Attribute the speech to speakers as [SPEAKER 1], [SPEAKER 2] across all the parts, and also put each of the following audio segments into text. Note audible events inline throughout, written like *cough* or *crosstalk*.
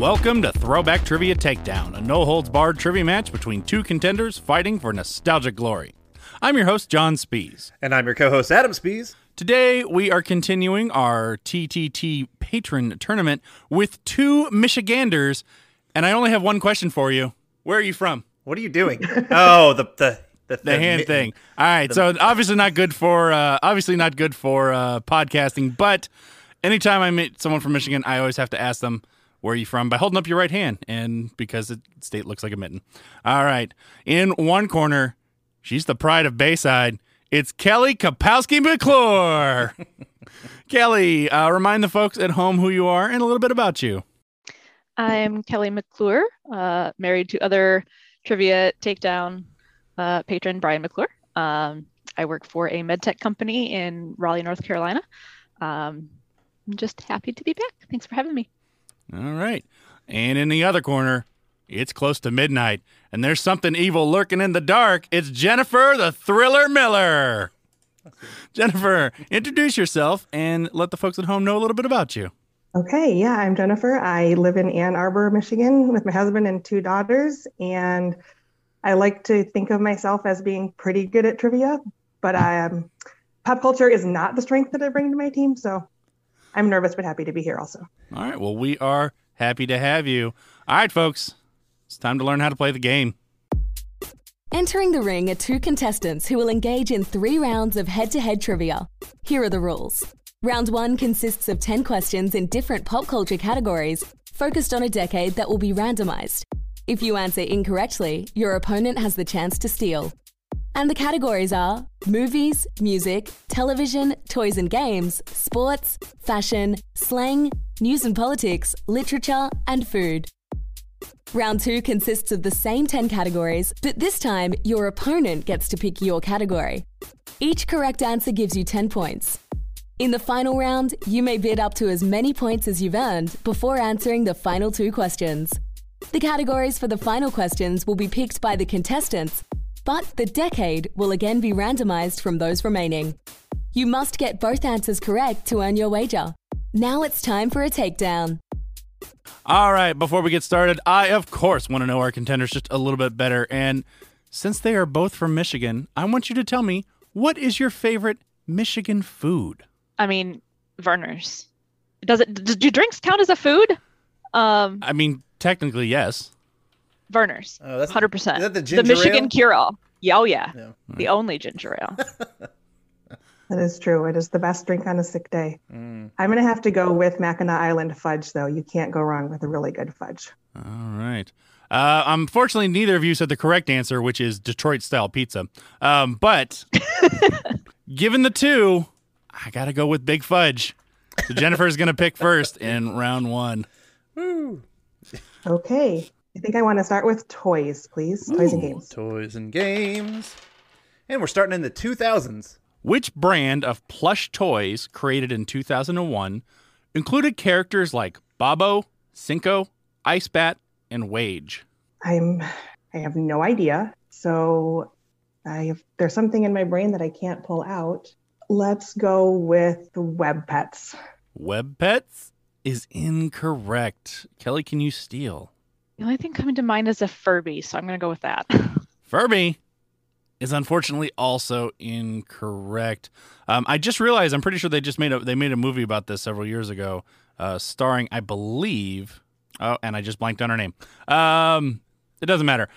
[SPEAKER 1] Welcome to Throwback Trivia Takedown, a no holds barred trivia match between two contenders fighting for nostalgic glory. I'm your host, John Spees.
[SPEAKER 2] And I'm your co host, Adam Spees.
[SPEAKER 1] Today, we are continuing our TTT patron tournament with two Michiganders, and I only have one question for you. Where are you from?
[SPEAKER 2] What are
[SPEAKER 1] *laughs*
[SPEAKER 2] you doing? oh, the, the, the,
[SPEAKER 1] The hand thing. All right, so obviously not good for uh, obviously not good for uh, podcasting, but anytime I meet someone from Michigan, I always have to ask them where are you from by holding up your right hand, and because the state looks like a mitten. All right, in one corner, she's the pride of Bayside. It's Kelly Kapowski McClure. Kelly, uh, remind the folks at home who you are and a little bit about you.
[SPEAKER 3] I'm Kelly McClure, uh, married to other trivia takedown uh, patron Brian McClure. Um, I work for a med tech company in Raleigh, North Carolina. Um, I'm just happy to be back. Thanks for having me.
[SPEAKER 1] All right. And in the other corner, it's close to midnight, and there's something evil lurking in the dark. It's Jennifer the Thriller Miller. Jennifer, introduce yourself and let the folks at home know a little bit about you.
[SPEAKER 4] Okay, yeah, I'm Jennifer. I live in Ann Arbor, Michigan with my husband and two daughters. And I like to think of myself as being pretty good at trivia, but um, pop culture is not the strength that I bring to my team. So I'm nervous, but happy to be here also.
[SPEAKER 1] All right. Well, we are happy to have you. All right, folks, it's time to learn how to play the game.
[SPEAKER 5] Entering the ring are two contestants who will engage in three rounds of head to head trivia. Here are the rules. Round one consists of 10 questions in different pop culture categories, focused on a decade that will be randomized. If you answer incorrectly, your opponent has the chance to steal. And the categories are movies, music, television, toys and games, sports, fashion, slang, news and politics, literature, and food. Round two consists of the same 10 categories, but this time your opponent gets to pick your category. Each correct answer gives you 10 points. In the final round, you may bid up to as many points as you've earned before answering the final two questions. The categories for the final questions will be picked by the contestants, but the decade will again be randomized from those remaining. You must get both answers correct to earn your wager. Now it's time for a takedown.
[SPEAKER 1] All right, before we get started, I, of course, want to know our contenders just a little bit better. And since they are both from Michigan, I want you to tell me what is your favorite Michigan food?
[SPEAKER 3] I mean, Verner's. Does it? d- Do drinks count as a food? Um,
[SPEAKER 1] I mean, technically, yes.
[SPEAKER 3] Verner's.
[SPEAKER 2] Oh, that's-
[SPEAKER 3] hundred percent.
[SPEAKER 2] is that the ginger
[SPEAKER 3] Michigan
[SPEAKER 2] ale?
[SPEAKER 3] cure all. Yeah, oh yeah.
[SPEAKER 2] No.
[SPEAKER 3] The only ginger ale.
[SPEAKER 4] That is true. It is the best drink on a sick day. I'm going to have to go with Mackinac Island fudge, though. You can't go wrong with a really good fudge.
[SPEAKER 1] All right. Uh, unfortunately, neither of you said the correct answer, which is Detroit style pizza. Um, but given the two, I got to go with Big Fudge. So Jennifer's going to pick first in round one.
[SPEAKER 4] Okay, I think I want to start with toys, please. Toys and games.
[SPEAKER 2] Toys and games. And we're starting in the 2000s.
[SPEAKER 1] Which brand of plush toys created in 2001 included characters like Bobo, Cinco, Ice Bat, and Wage?
[SPEAKER 4] I'm I have no idea. So I have, there's something in my brain that I can't pull out. Let's go with web pets.
[SPEAKER 1] Web Pets is incorrect. Kelly, can you steal?
[SPEAKER 3] the only thing coming to mind is a Furby, so I'm gonna go with that. *laughs*
[SPEAKER 1] Furby is unfortunately also incorrect. Um, I just realized I'm pretty sure they just made a they made a movie about this several years ago, uh, starring I believe. Oh, and I just blanked on her name. Um, it doesn't matter.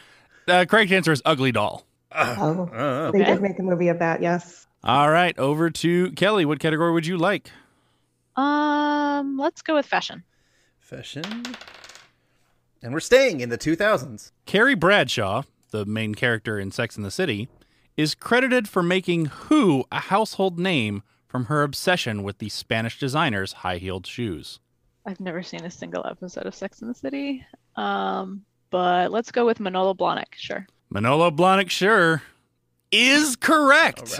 [SPEAKER 1] Uh, correct answer is Ugly Doll.
[SPEAKER 4] Oh,
[SPEAKER 2] Uh,
[SPEAKER 4] they
[SPEAKER 3] okay.
[SPEAKER 4] did make a movie of that. Yes.
[SPEAKER 1] All right, over to Kelly. What category would you like?
[SPEAKER 3] um, let's go with fashion.
[SPEAKER 2] fashion. And we're staying in the 2000s.
[SPEAKER 1] Carrie Bradshaw, the main character in Sex and the City, is credited for making who a household name from her obsession with the Spanish designer's high-heeled shoes.
[SPEAKER 3] I've never seen a single episode of Sex and the City. Um, but let's go with Manolo Blahnik. Sure.
[SPEAKER 1] Manolo Blahnik, sure, is correct.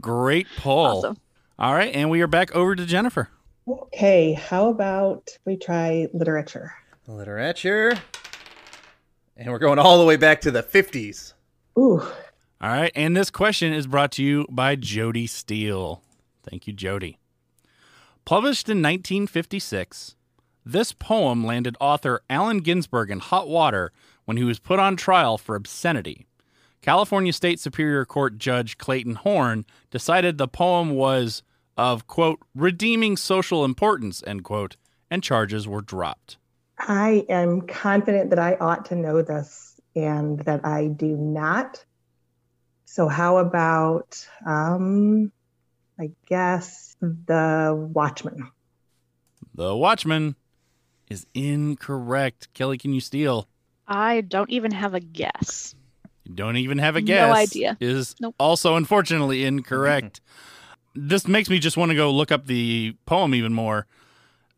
[SPEAKER 1] Great poll.
[SPEAKER 3] awesome.
[SPEAKER 1] All right, and we are back over to Jennifer.
[SPEAKER 4] Okay, how about we try literature?
[SPEAKER 2] Literature. And we're going all the way back to the 50s.
[SPEAKER 4] Ooh,
[SPEAKER 1] All right, and this question is brought to you by Jody Steele. Thank you, Jody. Published in 1956, this poem landed author Allen Ginsberg in hot water when he was put on trial for obscenity. California State Superior Court Judge Clayton Horn decided the poem was of, quote, redeeming social importance, end quote, and charges were dropped.
[SPEAKER 4] I am confident that I ought to know this and that I do not. So, how about, um, I guess, the Watchman?
[SPEAKER 1] The Watchman is incorrect. Kelly, can you steal?
[SPEAKER 3] I don't even have a guess.
[SPEAKER 1] don't even have a
[SPEAKER 3] No
[SPEAKER 1] guess.
[SPEAKER 3] idea.
[SPEAKER 1] Is
[SPEAKER 3] Nope.
[SPEAKER 1] also unfortunately incorrect. this makes me just want to go look up the poem even more.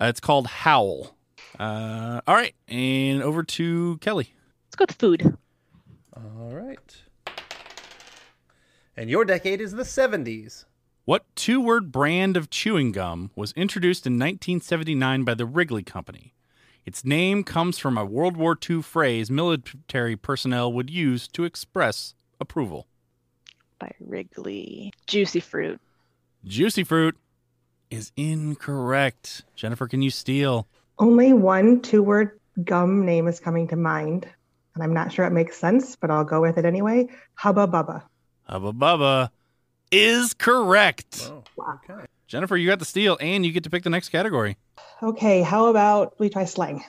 [SPEAKER 1] Uh, it's called Howl. Uh, all right, and over to Kelly.
[SPEAKER 3] Let's go with food.
[SPEAKER 2] All right. And your decade is the 70s.
[SPEAKER 1] What two word brand of chewing gum was introduced in 1979 by the Wrigley Company? Its name comes from a World War II phrase military personnel would use to express approval.
[SPEAKER 3] by Wrigley. Juicy fruit.
[SPEAKER 1] Juicy Fruit is incorrect. Jennifer, can you steal?
[SPEAKER 4] Only one two word gum name is coming to mind, and I'm not sure it makes sense, but I'll go with it anyway. Hubba Bubba.
[SPEAKER 1] Hubba Bubba is correct.
[SPEAKER 2] Wow.
[SPEAKER 4] Wow.
[SPEAKER 2] Okay.
[SPEAKER 1] Jennifer, you got the steal, and you get to pick the next category.
[SPEAKER 4] Okay, how about we try slang?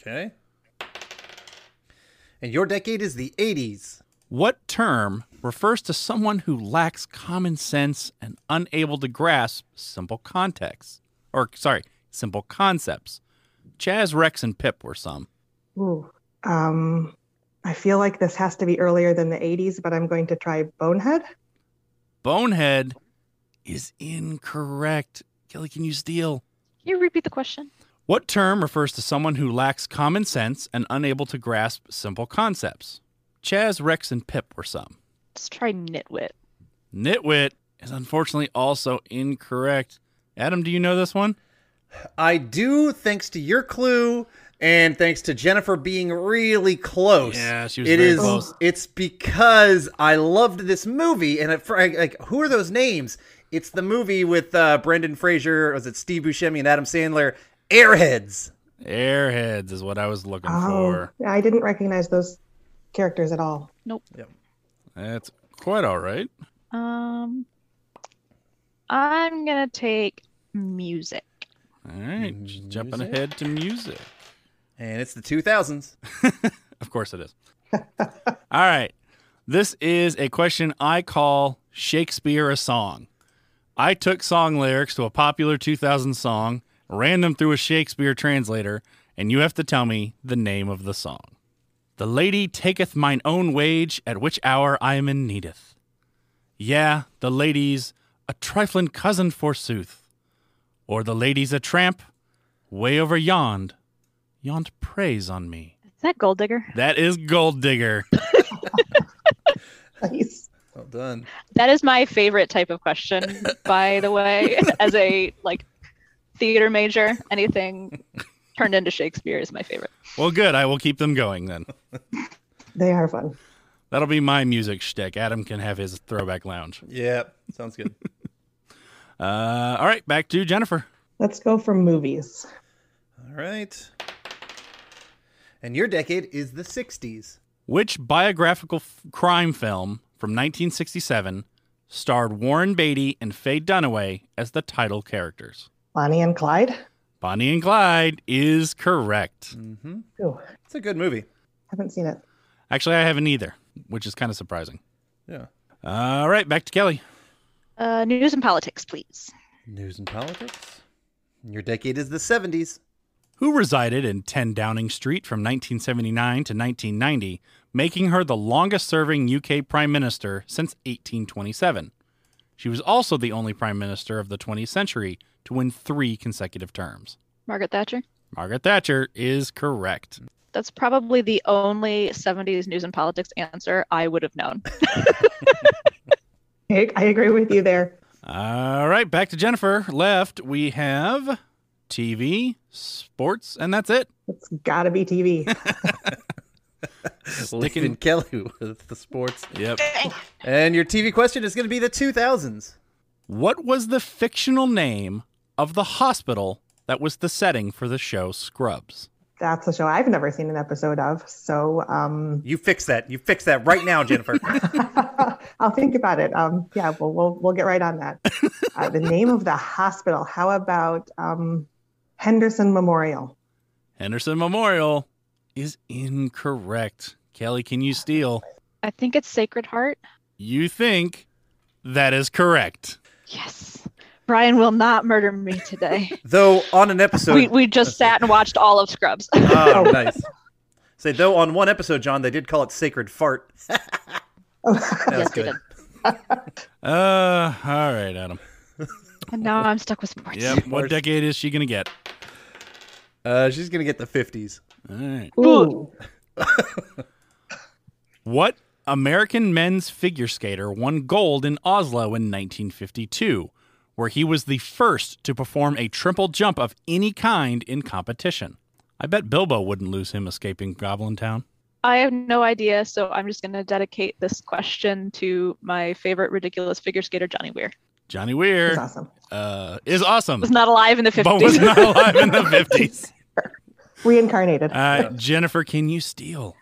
[SPEAKER 2] Okay. And your decade is the 80s.
[SPEAKER 1] What term refers to someone who lacks common sense and unable to grasp simple context? Or, sorry, simple concepts. Chaz, Rex, and Pip were some.
[SPEAKER 4] Ooh, um, I feel like this has to be earlier than the 80s, but I'm going to try Bonehead.
[SPEAKER 1] Bonehead is incorrect. Kelly, can you steal?
[SPEAKER 3] Can you repeat the question?
[SPEAKER 1] What term refers to someone who lacks common sense and unable to grasp simple concepts? Chaz, Rex, and Pip were some.
[SPEAKER 3] Let's try nitwit.
[SPEAKER 1] Nitwit is unfortunately also incorrect. Adam, do you know this one?
[SPEAKER 2] I do, thanks to your clue and thanks to Jennifer being really close.
[SPEAKER 1] Yeah, she was
[SPEAKER 2] It
[SPEAKER 1] very
[SPEAKER 2] is-
[SPEAKER 1] close.
[SPEAKER 2] It's because I loved this movie, and it, fr- like, who are those names? It's the movie with uh, Brendan Fraser. Was it Steve Buscemi and Adam Sandler? Airheads.
[SPEAKER 1] Airheads is what I was looking
[SPEAKER 4] Oh,
[SPEAKER 1] for.
[SPEAKER 4] I didn't recognize those characters at all. *laughs*
[SPEAKER 1] That's quite all right.
[SPEAKER 3] Um, I'm gonna take music.
[SPEAKER 1] All right, just jumping ahead to music.
[SPEAKER 2] And it's the 2000s.
[SPEAKER 1] Of course it is. *laughs* all right. This is a question I call Shakespeare a song. I took song lyrics to a popular 2000 song, ran them through a Shakespeare translator, and you have to tell me the name of the song. The lady taketh mine own wage, at which hour I am in needeth. Yeah, the lady's a triflin' cousin forsooth, or the lady's a tramp, way over yond, yond preys on me.
[SPEAKER 3] Is that Gold Digger?
[SPEAKER 1] That is Gold Digger.
[SPEAKER 4] Nice.
[SPEAKER 2] Well done.
[SPEAKER 3] That is my favorite type of question, by the way. As a like theater major, anything turned into Shakespeare is my favorite.
[SPEAKER 1] Well, good. I will keep them going then.
[SPEAKER 4] They are fun.
[SPEAKER 1] That'll be my music shtick. Adam can have his throwback lounge.
[SPEAKER 2] Yep. Sounds good.
[SPEAKER 1] Uh, all right, back to Jennifer.
[SPEAKER 4] Let's go for movies.
[SPEAKER 2] All right. And your decade is the 60s.
[SPEAKER 1] Which biographical f- crime film from 1967 starred Warren Beatty and Faye Dunaway as the title characters?
[SPEAKER 4] Bonnie and Clyde.
[SPEAKER 1] Bonnie and Clyde is correct.
[SPEAKER 2] Mm-hmm.
[SPEAKER 4] Ooh,
[SPEAKER 2] It's a good movie.
[SPEAKER 4] haven't seen it.
[SPEAKER 1] Actually, I haven't either, which is kind of surprising.
[SPEAKER 2] Yeah.
[SPEAKER 1] All right, back to Kelly.
[SPEAKER 3] Uh, news and politics, please.
[SPEAKER 2] News and politics. And your decade is the 70s.
[SPEAKER 1] who resided in 10 Downing Street from 1979 to 1990, making her the longest serving UK Prime Minister since 1827. She was also the only Prime Minister of the 20th century to win three consecutive terms.
[SPEAKER 3] Margaret Thatcher.
[SPEAKER 1] Margaret Thatcher is correct.
[SPEAKER 3] That's probably the only 70s news and politics answer I would have *laughs* known.
[SPEAKER 4] I I agree with you there.
[SPEAKER 1] All right, back to Jennifer. Left, we have TV, sports, and that's it.
[SPEAKER 4] It's got to be TV.
[SPEAKER 2] Lincoln Kelly *laughs* with the sports.
[SPEAKER 1] *laughs* Yep.
[SPEAKER 2] And your TV question is going to be the 2000s.
[SPEAKER 1] What was the fictional name of the hospital that was the setting for the show Scrubs?
[SPEAKER 4] That's a show I've never seen an episode of. So um, *laughs*
[SPEAKER 2] You fix that. You fix that right
[SPEAKER 1] *laughs*
[SPEAKER 2] now, Jennifer.
[SPEAKER 4] I'll think about it. Um, yeah, we'll, we'll we'll get right on that. Uh, the name of the hospital. How about um, Henderson Memorial?
[SPEAKER 1] Henderson Memorial is incorrect. Kelly, can you steal?
[SPEAKER 3] I think it's Sacred Heart.
[SPEAKER 1] You think that is correct.
[SPEAKER 3] Yes. Brian will not murder me today.
[SPEAKER 2] though on an episode,
[SPEAKER 3] *laughs*
[SPEAKER 2] *laughs*
[SPEAKER 3] we, we just sat and watched all of Scrubs.
[SPEAKER 2] oh, nice. Say though on one episode, John, they did call it
[SPEAKER 1] *laughs*
[SPEAKER 2] sacred fart. That was
[SPEAKER 3] Yes, they
[SPEAKER 2] good.
[SPEAKER 1] Uh, all right, Adam.
[SPEAKER 3] *laughs* and now I'm stuck with sports.
[SPEAKER 1] Yep. What decade is she gonna get?
[SPEAKER 2] Uh, she's gonna get the fifties.
[SPEAKER 1] All right.
[SPEAKER 4] Ooh,
[SPEAKER 1] What American men's figure skater won gold in Oslo in 1952, where he was the first to perform a triple jump of any kind in competition? I bet Bilbo wouldn't lose him escaping Goblin Town.
[SPEAKER 3] I have no idea, so I'm just going to dedicate this question to my favorite ridiculous figure skater, Johnny Weir.
[SPEAKER 1] Johnny
[SPEAKER 4] that's
[SPEAKER 1] Weir
[SPEAKER 4] awesome.
[SPEAKER 1] uh, is awesome,
[SPEAKER 3] Was not alive in the 50s.
[SPEAKER 1] but was not *laughs* alive in the 50s.
[SPEAKER 4] *laughs* Reincarnated.
[SPEAKER 1] Uh, Jennifer, can you steal?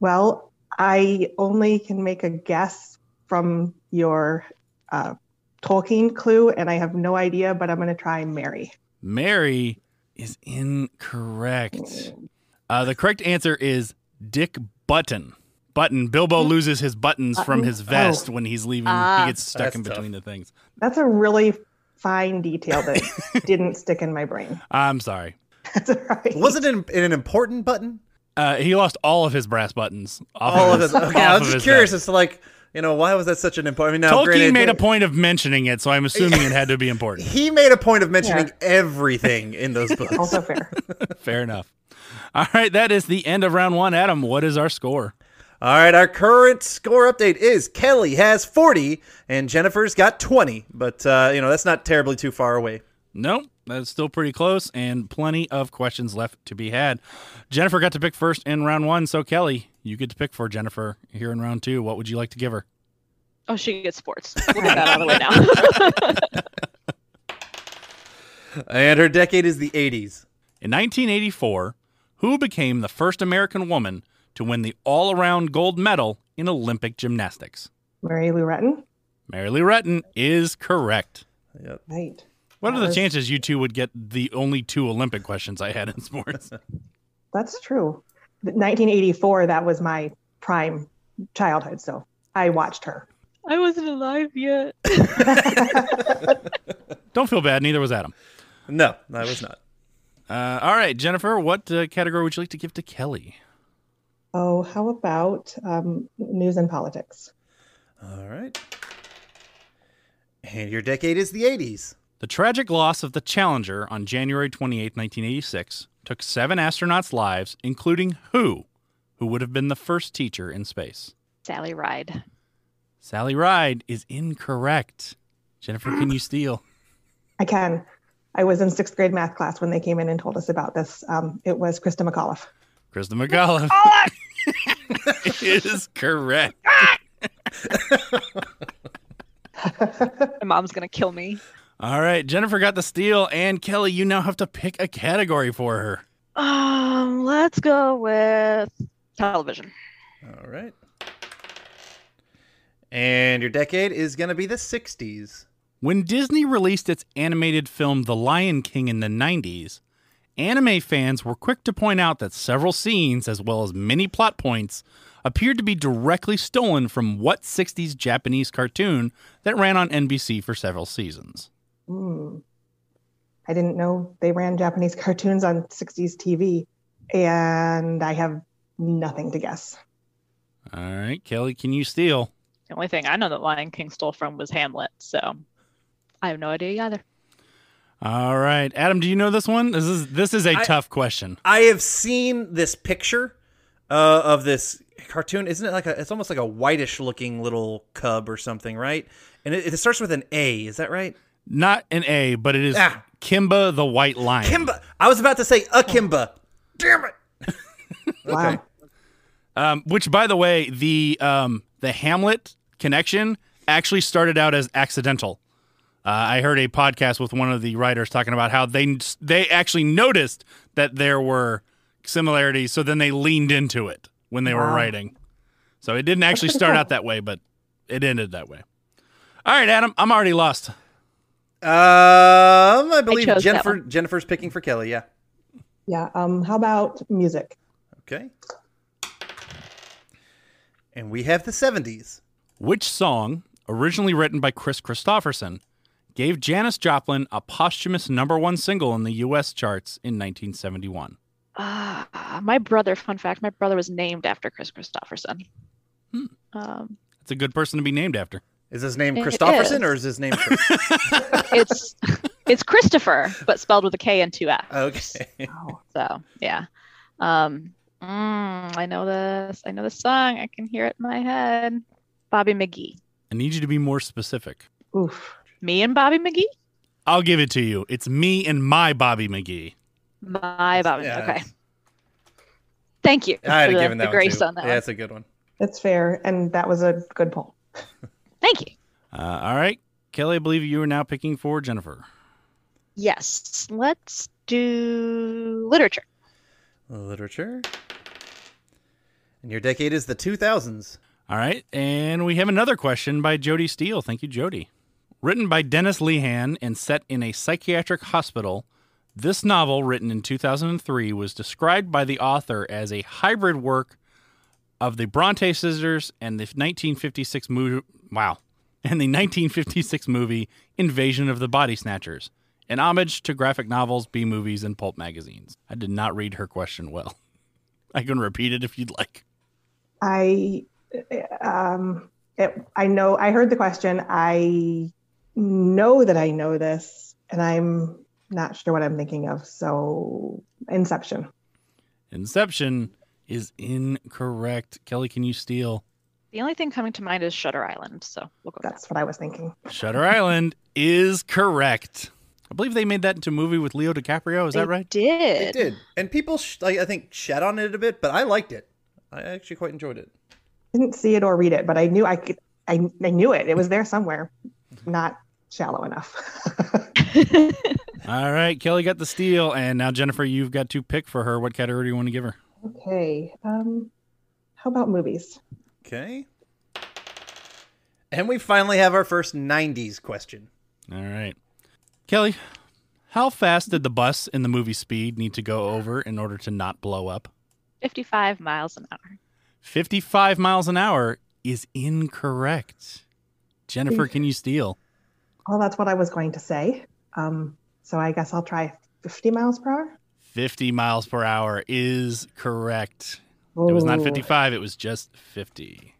[SPEAKER 4] Well, I only can make a guess from your uh, Tolkien clue, and I have no idea, but I'm going to try Mary.
[SPEAKER 1] Mary is incorrect. Uh, the correct answer is Dick Button. Button. Bilbo loses his buttons from his vest when he's leaving.
[SPEAKER 3] Ah.
[SPEAKER 1] he gets stuck
[SPEAKER 2] That's
[SPEAKER 1] in
[SPEAKER 2] tough.
[SPEAKER 1] between the things.
[SPEAKER 4] That's a really fine detail that didn't stick in my brain. *laughs*
[SPEAKER 1] I'm sorry.
[SPEAKER 4] That's all right.
[SPEAKER 2] Was it an, an important button?
[SPEAKER 1] Uh, he lost all of his brass buttons. Off
[SPEAKER 2] All of
[SPEAKER 1] his,
[SPEAKER 2] it. Okay,
[SPEAKER 1] off
[SPEAKER 2] I
[SPEAKER 1] of
[SPEAKER 2] was
[SPEAKER 1] his
[SPEAKER 2] just curious.
[SPEAKER 1] vest.
[SPEAKER 2] It's like you know why was that such an important? I mean, now,
[SPEAKER 1] Tolkien
[SPEAKER 2] granted,
[SPEAKER 1] made a point of mentioning it,
[SPEAKER 2] *laughs*
[SPEAKER 1] so I'm assuming it had to be important.
[SPEAKER 2] He made a point of mentioning
[SPEAKER 4] Yeah.
[SPEAKER 2] everything in
[SPEAKER 1] *laughs*
[SPEAKER 2] those books.
[SPEAKER 4] also fair?
[SPEAKER 1] Fair enough. All right, that is the end of round one. Adam, what is our score?
[SPEAKER 2] All right, our current score update is Kelly has forty and Jennifer's got twenty, but uh, you know that's not terribly too far away.
[SPEAKER 1] Nope, that's still pretty close, and plenty of questions left to be had. Jennifer got to pick first in round one, so Kelly, you get to pick for Jennifer here in round two. What would you like to give her?
[SPEAKER 3] *laughs* Oh, she gets sports. We'll get that out of the way now. *laughs*
[SPEAKER 2] And her decade is the eighties.
[SPEAKER 1] In 1984, who became the first American woman to win the all around gold medal in Olympic gymnastics?
[SPEAKER 4] Mary Lou Retton?
[SPEAKER 1] Mary Lou Retton is correct.
[SPEAKER 4] Right.
[SPEAKER 1] What are
[SPEAKER 4] That
[SPEAKER 1] the
[SPEAKER 4] was-
[SPEAKER 1] chances you two would get the only two Olympic questions I had in sports?
[SPEAKER 4] That's true. The- 1984, that was my prime childhood, so I watched her.
[SPEAKER 3] I wasn't alive yet.
[SPEAKER 1] Don't feel bad, neither was Adam.
[SPEAKER 2] No, I was not.
[SPEAKER 1] Uh, all right, Jennifer, what uh, category would you like to give to Kelly?
[SPEAKER 4] Oh, how about um, news and politics?
[SPEAKER 2] All right. And your decade is the 80s.
[SPEAKER 1] The tragic loss of the Challenger on January 28, 1986, took seven astronauts' lives, including who? Who would have been the first teacher in space?
[SPEAKER 3] Sally Ride.
[SPEAKER 1] Sally Ride is incorrect. Jennifer, can you steal?
[SPEAKER 4] I can. I was in sixth grade math class when they came in and told us about this. Um, it was Krista McAuliffe.
[SPEAKER 1] Krista McAuliffe *laughs* is correct.
[SPEAKER 3] My mom's going to kill me.
[SPEAKER 1] All right, Jennifer got the steal, and Kelly, you now have to pick a category for her.
[SPEAKER 3] Um, let's go with television.
[SPEAKER 2] All right. And your decade is going to be the 60s.
[SPEAKER 1] When Disney released its animated film The Lion King in the 90s, anime fans were quick to point out that several scenes, as well as many plot points, appeared to be directly stolen from what 60s Japanese cartoon that ran on NBC for several seasons.
[SPEAKER 4] Hmm. I didn't know they ran Japanese *laughs* cartoons on 60s TV, and I have nothing to guess.
[SPEAKER 1] All right, Kelly, can you steal?
[SPEAKER 3] The only thing I know that Lion King stole from was Hamlet, so I have no idea either.
[SPEAKER 1] All right, Adam, do you know this one? This is this is a
[SPEAKER 2] I-
[SPEAKER 1] tough question.
[SPEAKER 2] I have seen this picture uh, of this cartoon. Isn't it like a? It's almost like a whitish looking little cub or something, right? And it, it starts with an A. Is that right?
[SPEAKER 1] Not an A, but it is
[SPEAKER 2] Ah.
[SPEAKER 1] Kimba the White Lion.
[SPEAKER 2] Kimba. I was about to say a Kimba. Damn it.
[SPEAKER 4] Wow.
[SPEAKER 1] Um, which, by the way, the um, the Hamlet connection actually started out as accidental. Uh, I heard a podcast with one of the writers talking about how they they actually noticed that there were similarities, so then they leaned into it when they were writing. So it didn't actually
[SPEAKER 4] pretty
[SPEAKER 1] start
[SPEAKER 4] cool.
[SPEAKER 1] out that way, but it ended that way. All right, Adam, I'm already lost.
[SPEAKER 2] Um, I believe
[SPEAKER 3] chose that
[SPEAKER 2] Jennifer. Jennifer's picking for Kelly. Yeah.
[SPEAKER 4] Yeah. Um, how about music?
[SPEAKER 2] Okay. And we have the seventies.
[SPEAKER 1] Which song, originally written by Chris Christopherson, gave Janis Joplin a posthumous number one single in the U.S. charts in 1971?
[SPEAKER 3] Ah, my brother, fun fact, my brother was named after Chris Christopherson.
[SPEAKER 1] Hmm.
[SPEAKER 3] Um,
[SPEAKER 1] That's a good person to be named after.
[SPEAKER 2] Is his name
[SPEAKER 3] It
[SPEAKER 2] Christopherson or
[SPEAKER 3] is.
[SPEAKER 2] is his name?
[SPEAKER 3] *laughs*
[SPEAKER 2] Chris?
[SPEAKER 3] it's *laughs* it's Christopher, but spelled with a K and two F's.
[SPEAKER 2] okay.
[SPEAKER 4] Wow.
[SPEAKER 3] So yeah, um, mm, I know this. I know this song. I can hear it in my head. Bobby McGee.
[SPEAKER 1] I need you to be more specific.
[SPEAKER 4] Oof.
[SPEAKER 3] Me and Bobby McGee.
[SPEAKER 1] I'll give it to you. It's me and my Bobby McGee.
[SPEAKER 3] My Bobby.
[SPEAKER 2] Yeah,
[SPEAKER 3] Okay. Thank you.
[SPEAKER 2] I had
[SPEAKER 3] for the,
[SPEAKER 2] given
[SPEAKER 3] the
[SPEAKER 2] that one
[SPEAKER 3] grace
[SPEAKER 2] too.
[SPEAKER 3] on that.
[SPEAKER 2] yeah,
[SPEAKER 3] one.
[SPEAKER 2] that's a good one.
[SPEAKER 4] That's fair. And that was a good poll.
[SPEAKER 3] Thank you.
[SPEAKER 1] Uh, all right. Kelly, I believe you are now picking for Jennifer.
[SPEAKER 3] Yes. Let's do literature.
[SPEAKER 2] Literature. And your decade is the two thousands.
[SPEAKER 1] All right. And we have another question by Jody Steele. Thank you, Jody. Written by Dennis Lehan and set in a psychiatric hospital, this novel, written in 2003, was described by the author as a hybrid work of the Bronte sisters and the 1956 movie. Wow. And the 1956 movie Invasion of the Body Snatchers, an homage to graphic novels, B movies, and pulp magazines. I did not read her question well. *laughs* I can repeat it if you'd like.
[SPEAKER 4] I, um, it, I know, I heard the question. I know that I know this, and I'm not sure what I'm thinking of. So, Inception.
[SPEAKER 1] Inception is incorrect. Kelly, can you steal?
[SPEAKER 3] The only thing coming to mind is Shutter Island, so we'll go with that.
[SPEAKER 4] That's what I was thinking.
[SPEAKER 1] Shutter Island is correct. I believe they made that into a movie with Leo DiCaprio. Is that
[SPEAKER 3] They
[SPEAKER 1] right?
[SPEAKER 3] Did.
[SPEAKER 2] It did, and people sh- I, I think shat on it a bit, but I liked it. I actually quite enjoyed it.
[SPEAKER 4] Didn't see it or read it, but I knew I could. I, I knew it. It was there somewhere. Not shallow enough. *laughs*
[SPEAKER 1] All right, Kelly got the steal, and now Jennifer, you've got to pick for her. What category do you want to give her?
[SPEAKER 4] okay. Um, how about movies?
[SPEAKER 2] Okay. And we finally have our first '90s question.
[SPEAKER 1] All right, Kelly, how fast did the bus in the movie Speed need to go over in order to not blow up?
[SPEAKER 3] 55 miles an hour.
[SPEAKER 1] Fifty-five miles an hour is incorrect. Jennifer, can you steal?
[SPEAKER 4] Well, that's what I was going to say. Um, so I guess I'll try 50 miles per hour.
[SPEAKER 1] 50 miles per hour is correct. It was not
[SPEAKER 4] Ooh.
[SPEAKER 1] 55, it was just 50.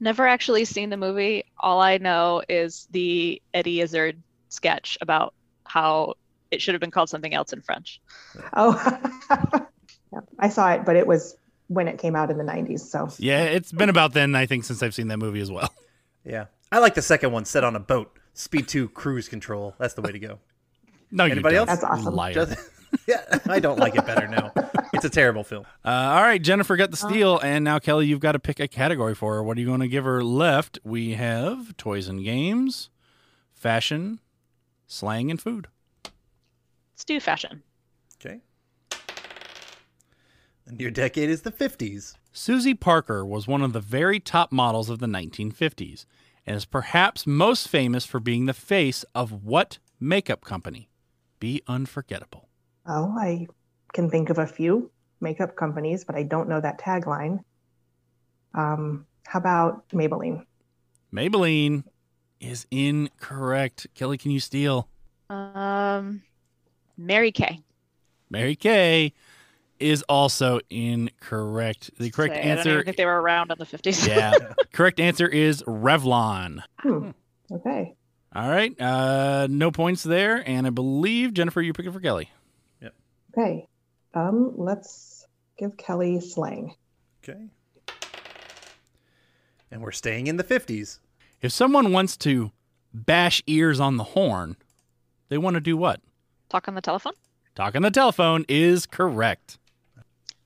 [SPEAKER 3] Never actually seen the movie. All I know is the Eddie Izzard sketch about how it should have been called something else in French.
[SPEAKER 4] Oh, *laughs* yeah, I saw it, but it was when it came out in the 90s. So
[SPEAKER 1] Yeah, it's been about then, I think, since I've seen that movie as well. *laughs*
[SPEAKER 2] Yeah, I like the second one. Set on a boat. Speed two cruise control. That's the way to *laughs* go.
[SPEAKER 1] No,
[SPEAKER 2] Anybody
[SPEAKER 1] you
[SPEAKER 2] else?
[SPEAKER 1] don't.
[SPEAKER 4] That's awesome.
[SPEAKER 1] Liar.
[SPEAKER 2] Just- *laughs* yeah, I don't like it better now. It's a terrible film.
[SPEAKER 1] Uh, all right, Jennifer got the steal, and now Kelly, you've got to pick a category for her. What are you going to give her left? We have toys and games, fashion, slang, and food.
[SPEAKER 3] Let's do fashion.
[SPEAKER 2] Okay. And your decade is the 50s.
[SPEAKER 1] Susie Parker was one of the very top models of the 1950s and is perhaps most famous for being the face of what makeup company? Be unforgettable.
[SPEAKER 4] oh, I can think of a few makeup companies, but I don't know that tagline. Um, how about Maybelline?
[SPEAKER 1] Maybelline is incorrect. Kelly, can you steal?
[SPEAKER 3] Um, Mary Kay.
[SPEAKER 1] Mary Kay is also incorrect. The correct
[SPEAKER 3] Say, I don't
[SPEAKER 1] answer *laughs*
[SPEAKER 3] even think they were around in the 50s.
[SPEAKER 1] Yeah. correct answer is Revlon.
[SPEAKER 4] Hmm. Okay.
[SPEAKER 1] All right. Uh, no points there. And I believe, Jennifer, you're picking for Kelly.
[SPEAKER 4] Okay. Um, let's give Kelly slang.
[SPEAKER 2] Okay. And we're staying in the 50s.
[SPEAKER 1] If someone wants to bash ears on the horn, they want to do what?
[SPEAKER 3] *laughs* Talk on the telephone.
[SPEAKER 1] Talk on the telephone is correct.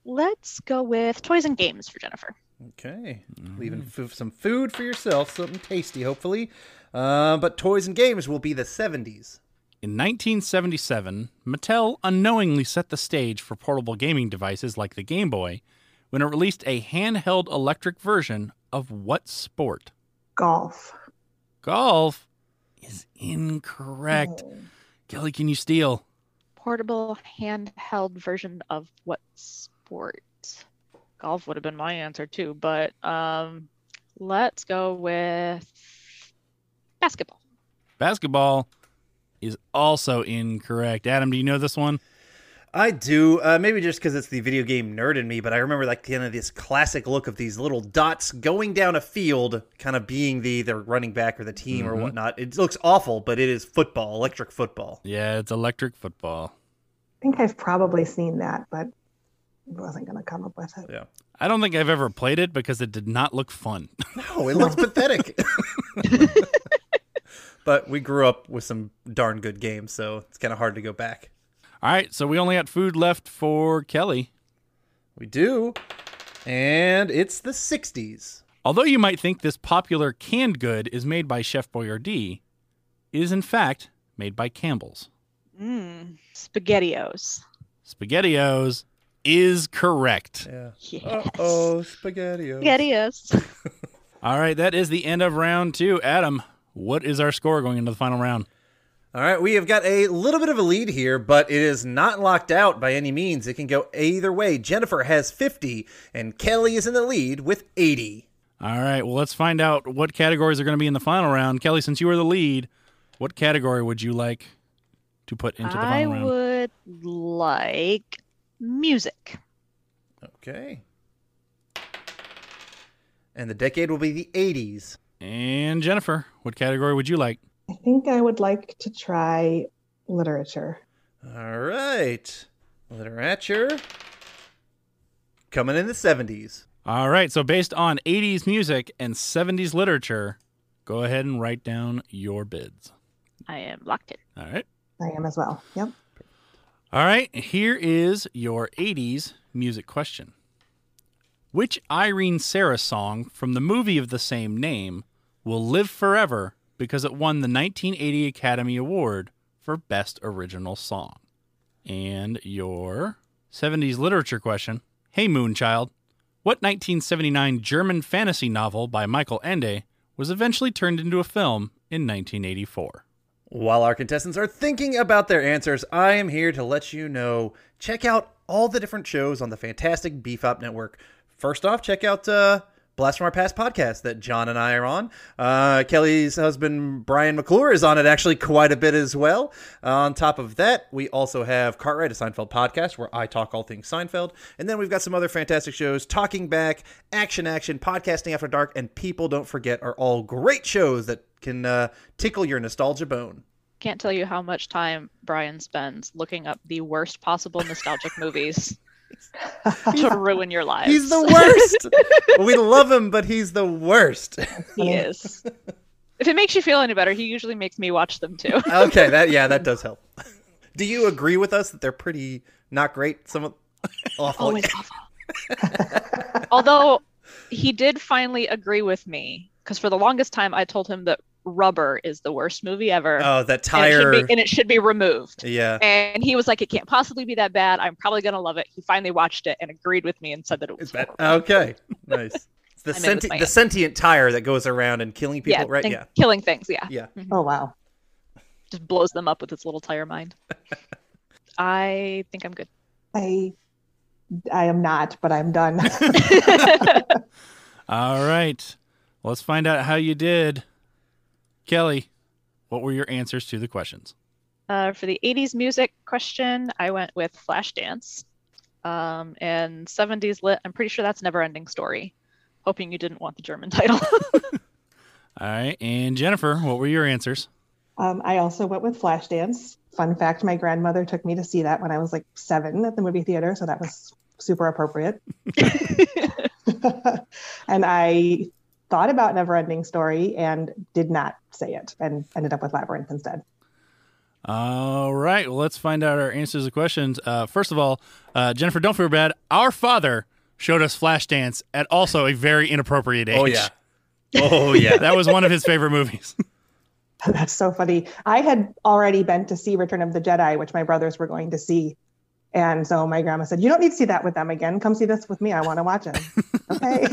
[SPEAKER 3] Let's go with toys and games for Jennifer.
[SPEAKER 2] Okay. Leaving f- some food for yourself, something tasty, hopefully. Uh, but toys and games will be the 70s.
[SPEAKER 1] In 1977, Mattel unknowingly set the stage for portable gaming devices like the Game Boy when it released a handheld electric version of what sport?
[SPEAKER 4] Golf.
[SPEAKER 1] Golf is incorrect.
[SPEAKER 4] Hmm.
[SPEAKER 1] Kelly, can you steal?
[SPEAKER 3] Portable handheld version of what sport? Golf would have been my answer too, but um, let's go with basketball.
[SPEAKER 1] Basketball is also incorrect. Adam, do you know this one?
[SPEAKER 2] I do, uh, maybe just because it's the video game nerd in me, but I remember like kind of this classic look of these little dots going down a field, kind of being the, the running back or the team or whatnot. It looks awful, but it is football, electric football.
[SPEAKER 1] Yeah, it's electric football.
[SPEAKER 4] I think I've probably seen that, but wasn't going to come up with it.
[SPEAKER 2] Yeah.
[SPEAKER 1] I don't think I've ever played it because it did not look fun. *laughs*
[SPEAKER 2] No, Oh, it looks pathetic. *laughs* but we grew up with some darn good games, so it's kind of hard to go back.
[SPEAKER 1] All right, so we only got food left for Kelly.
[SPEAKER 2] We do. And it's the 60s.
[SPEAKER 1] Although you might think this popular canned good is made by Chef Boyardee, it is in fact made by Campbell's.
[SPEAKER 3] Mm. Spaghettios.
[SPEAKER 1] SpaghettiOs is correct.
[SPEAKER 2] Yeah.
[SPEAKER 3] Yes.
[SPEAKER 2] spaghetti.
[SPEAKER 3] Spaghettios.
[SPEAKER 1] All right, that is the end of round two. Adam, what is our score going into the final round?
[SPEAKER 2] All right, we have got a little bit of a lead here, but it is not locked out by any means. It can go either way. Jennifer has 50, and Kelly is in the lead with 80.
[SPEAKER 1] All right, well, let's find out what categories are going to be in the final round. Kelly, since you were the lead, what category would you like to put into the
[SPEAKER 3] I
[SPEAKER 1] final round?
[SPEAKER 3] would like music.
[SPEAKER 2] Okay. And the decade will be the 80s.
[SPEAKER 1] And Jennifer, what category would you like?
[SPEAKER 4] I think I would like to try literature.
[SPEAKER 2] All right. Literature. Coming in the 70s.
[SPEAKER 1] All right, so based on 80s music and 70s literature, go ahead and write down your bids.
[SPEAKER 3] I am locked in.
[SPEAKER 1] All right.
[SPEAKER 4] I am as well. Yep.
[SPEAKER 1] All right, here is your 80s music question. Which Irene Cara song from the movie of the same name will live forever because it won the 1980 Academy Award for Best Original Song? And your 70s literature question Hey, Moonchild, what 1979 German fantasy novel by Michael Ende was eventually turned into a film in 1984?
[SPEAKER 2] While our contestants are thinking about their answers, I am here to let you know check out all the different shows on the fantastic BFOP network. First off, check out uh, Blast from Our Past podcast that John and I are on. Uh, Kelly's husband, Brian McClure, is on it actually quite a bit as well. Uh, on top of that, we also have Cartwright, a Seinfeld podcast where I talk all things Seinfeld. And then we've got some other fantastic shows Talking Back, Action Action, Podcasting After Dark, and People Don't Forget are all great shows that can uh, tickle your nostalgia bone.
[SPEAKER 3] Can't tell you how much time Brian spends looking up the worst possible nostalgic
[SPEAKER 2] *laughs*
[SPEAKER 3] movies to ruin your lives.
[SPEAKER 2] He's
[SPEAKER 3] *laughs*
[SPEAKER 2] the worst. we love him, but he's the worst.
[SPEAKER 3] he is. If it makes you feel any better, he usually makes me watch them too.
[SPEAKER 2] okay, that yeah, that does help. Do you agree with us that they're pretty not great? Some of- awful.
[SPEAKER 3] Always awful. *laughs* Although he did finally agree with me, because for the longest time I told him that Rubber is the worst movie ever.
[SPEAKER 2] oh, that
[SPEAKER 3] and, it
[SPEAKER 2] tire.
[SPEAKER 3] should be, and it should be removed.
[SPEAKER 2] yeah.
[SPEAKER 3] And he was like, "It can't possibly be that bad. I'm probably gonna love it." He finally watched it and agreed with me and said that it was.
[SPEAKER 2] That-
[SPEAKER 3] horrible.
[SPEAKER 2] okay.
[SPEAKER 3] *laughs*
[SPEAKER 2] Nice. It's the
[SPEAKER 3] I'm in with
[SPEAKER 2] senti-
[SPEAKER 3] my
[SPEAKER 2] the
[SPEAKER 3] answer.
[SPEAKER 2] sentient tire that goes around and killing people,
[SPEAKER 3] yeah,
[SPEAKER 2] right?
[SPEAKER 3] and
[SPEAKER 2] Yeah.
[SPEAKER 3] killing things. Yeah,
[SPEAKER 2] Yeah.
[SPEAKER 4] Oh wow.
[SPEAKER 3] just blows them up with its little
[SPEAKER 2] *laughs*
[SPEAKER 3] tire mind. I think I'm good.
[SPEAKER 4] I I am not, but I'm done.
[SPEAKER 1] All right. Let's find out how you did. Kelly, what were your answers to the questions?
[SPEAKER 3] Uh, for the 80s music question, I went with Flashdance. Um, and 70s lit, I'm pretty sure that's Never Ending Story. Hoping you didn't want the German *laughs* title.
[SPEAKER 1] All right. And Jennifer, what were your answers?
[SPEAKER 4] Um, I also went with Flashdance. Fun fact my grandmother took me to see that when I was like seven at the movie theater, so that was super appropriate. and I thought about Neverending Story and did not say it and ended up with Labyrinth instead. *laughs*
[SPEAKER 1] All right. Well, let's find out our answers to questions. Uh, first of all, uh, Jennifer, don't feel bad. Our father showed us Flashdance at also a very inappropriate age.
[SPEAKER 2] Oh yeah. *laughs* Oh
[SPEAKER 1] *laughs*
[SPEAKER 2] yeah.
[SPEAKER 1] That was one of his favorite movies.
[SPEAKER 4] That's so funny. I had already been to see Return of the Jedi, which my brothers were going to see. And so my grandma said, You don't need to see that with them again. Come see this with me. I want to watch it. okay.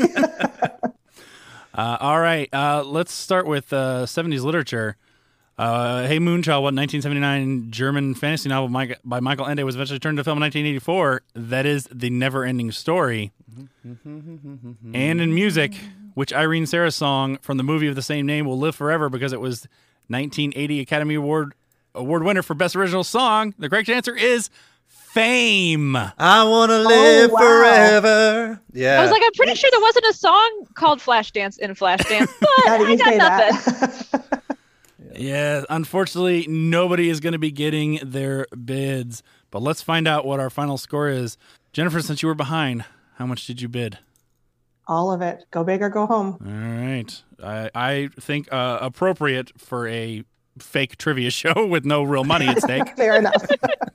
[SPEAKER 1] Uh, all right. Uh, let's start with uh, 70s literature. Uh, hey Moonchild, what 1979 German fantasy novel Mi- by Michael Ende was eventually turned into film in 1984? That is The Never Ending Story. and in music, which Irene Sarah's song from the movie of the same name will live forever because it was 1980 Academy Award award winner for Best Original Song. The correct answer is Fame.
[SPEAKER 2] I want to live
[SPEAKER 4] wow.
[SPEAKER 2] forever. Yeah.
[SPEAKER 3] Oh, I was like, I'm pretty sure there wasn't a song called Flashdance in
[SPEAKER 4] *laughs*
[SPEAKER 3] Flashdance, but
[SPEAKER 4] Now that
[SPEAKER 3] I
[SPEAKER 4] you
[SPEAKER 3] got
[SPEAKER 4] say
[SPEAKER 3] nothing.
[SPEAKER 4] that.
[SPEAKER 1] Yeah, unfortunately, nobody is going to be getting their bids. But let's find out what our final score is. Jennifer, since you were behind, how much did you bid?
[SPEAKER 4] *laughs* All of it. Go big or go home. *laughs*
[SPEAKER 1] All right, I I think uh, appropriate for a fake trivia *laughs* show with no real money at stake. *laughs*
[SPEAKER 4] Fair
[SPEAKER 3] *laughs*
[SPEAKER 4] enough.
[SPEAKER 1] All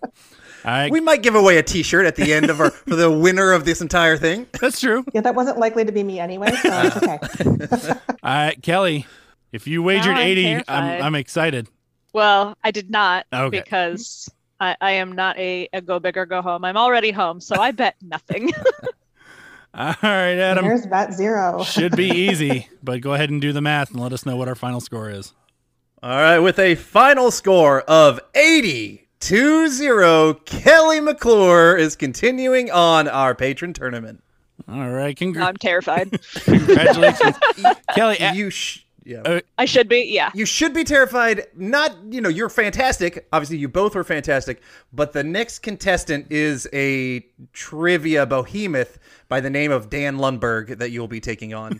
[SPEAKER 1] right,
[SPEAKER 2] we might give away a T-shirt at the end of our for the winner of this entire thing.
[SPEAKER 1] that's true.
[SPEAKER 4] yeah, that wasn't likely to be me anyway, so it's okay.
[SPEAKER 1] All right, Kelly, if you wagered
[SPEAKER 3] I'm
[SPEAKER 1] eighty, I'm,
[SPEAKER 3] terrified.
[SPEAKER 1] I'm excited.
[SPEAKER 3] Well, I did not
[SPEAKER 1] Okay.
[SPEAKER 3] because I, I am not a, a go big or go home. I'm already home, so I bet nothing. *laughs*
[SPEAKER 1] All right, Adam,
[SPEAKER 4] There's bet zero.
[SPEAKER 1] should be easy, but go ahead and do the math and let us know what our final score is.
[SPEAKER 2] All right, with a final score of 80 to 0, Kelly McClure is continuing on our patron tournament.
[SPEAKER 1] All right, congr-
[SPEAKER 3] I'm terrified. *laughs*
[SPEAKER 1] congratulations, Kelly. a-
[SPEAKER 2] you sh- yeah.
[SPEAKER 1] uh,
[SPEAKER 3] I should be, yeah.
[SPEAKER 2] you should be terrified. Not, you know, you're fantastic. Obviously, you both were fantastic. But the next contestant is a trivia behemoth by the name of Dan Lundberg that you'll be taking on.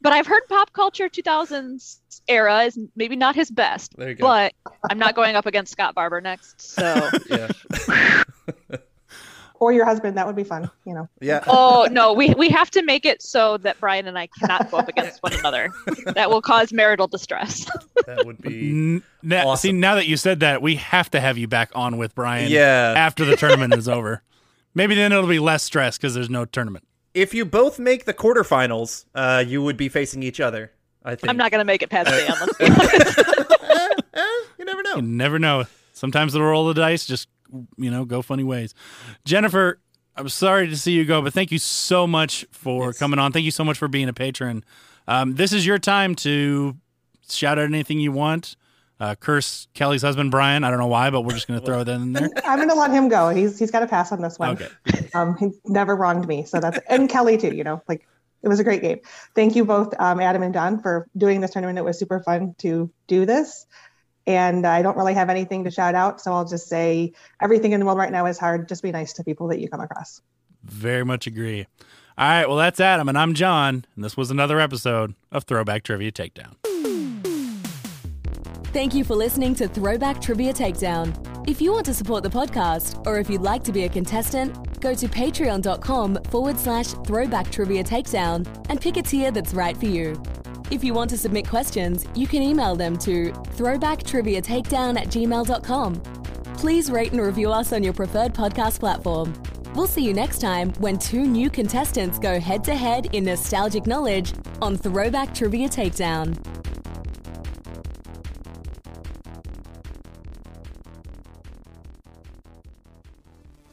[SPEAKER 3] But I've heard pop culture 2000s era is maybe not his best.
[SPEAKER 2] There you go.
[SPEAKER 3] But I'm not going up against Scott Barber
[SPEAKER 2] *laughs*
[SPEAKER 3] next, so
[SPEAKER 2] *laughs* yeah.
[SPEAKER 4] Or your husband. That would be fun, you know.
[SPEAKER 2] Yeah.
[SPEAKER 3] Oh no, we we have to make it so that Brian and I cannot go up against one
[SPEAKER 2] *laughs*
[SPEAKER 3] another. That will cause marital distress.
[SPEAKER 2] *laughs* That would be.
[SPEAKER 1] N- now,
[SPEAKER 2] Awesome.
[SPEAKER 1] See, now that you said that, we have to have you back on with Brian.
[SPEAKER 2] Yeah.
[SPEAKER 1] After the tournament is over, maybe then it'll be less stress because there's no tournament.
[SPEAKER 2] If you both make the quarterfinals, uh, you would be facing each other, I think.
[SPEAKER 3] I'm not gonna make it past the end. Let's
[SPEAKER 2] *laughs*
[SPEAKER 3] be
[SPEAKER 2] Eh, You never know.
[SPEAKER 1] You never know. Sometimes the roll of the dice just you know go funny ways. Jennifer, I'm sorry to see you go, but thank you so much for coming on. Thank you so much for being a patron. Um, this is your time to shout out anything you want. Uh, curse Kelly's husband Brian. I don't know why, but we're just gonna throw that in there.
[SPEAKER 4] I'm going to let him go. He's He's got a pass on this one.
[SPEAKER 1] Okay.
[SPEAKER 4] Um, he never wronged me. So that's, and Kelly too, you know, like it was a great game. Thank you both, um, Adam and Don, for doing this tournament. It was super fun to do this. And I don't really have anything to shout out. So I'll just say everything in the world right now is hard. Just be nice to people that you come across.
[SPEAKER 1] Very much agree. All right, well, that's Adam, and I'm John, and this was another episode of Throwback Trivia Takedown.
[SPEAKER 5] Thank you for listening to Throwback Trivia Takedown. If you want to support the podcast, or if you'd like to be a contestant, go to patreon.com forward slash throwback trivia takedown and pick a tier that's right for you. If you want to submit questions, you can email them to throwbacktriviatakedown at gmail.com. Please rate and review us on your preferred podcast platform. We'll see you next time when two new contestants go head to head in nostalgic knowledge on Throwback Trivia Takedown.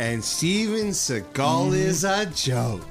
[SPEAKER 6] and Steven Seagal is a joke.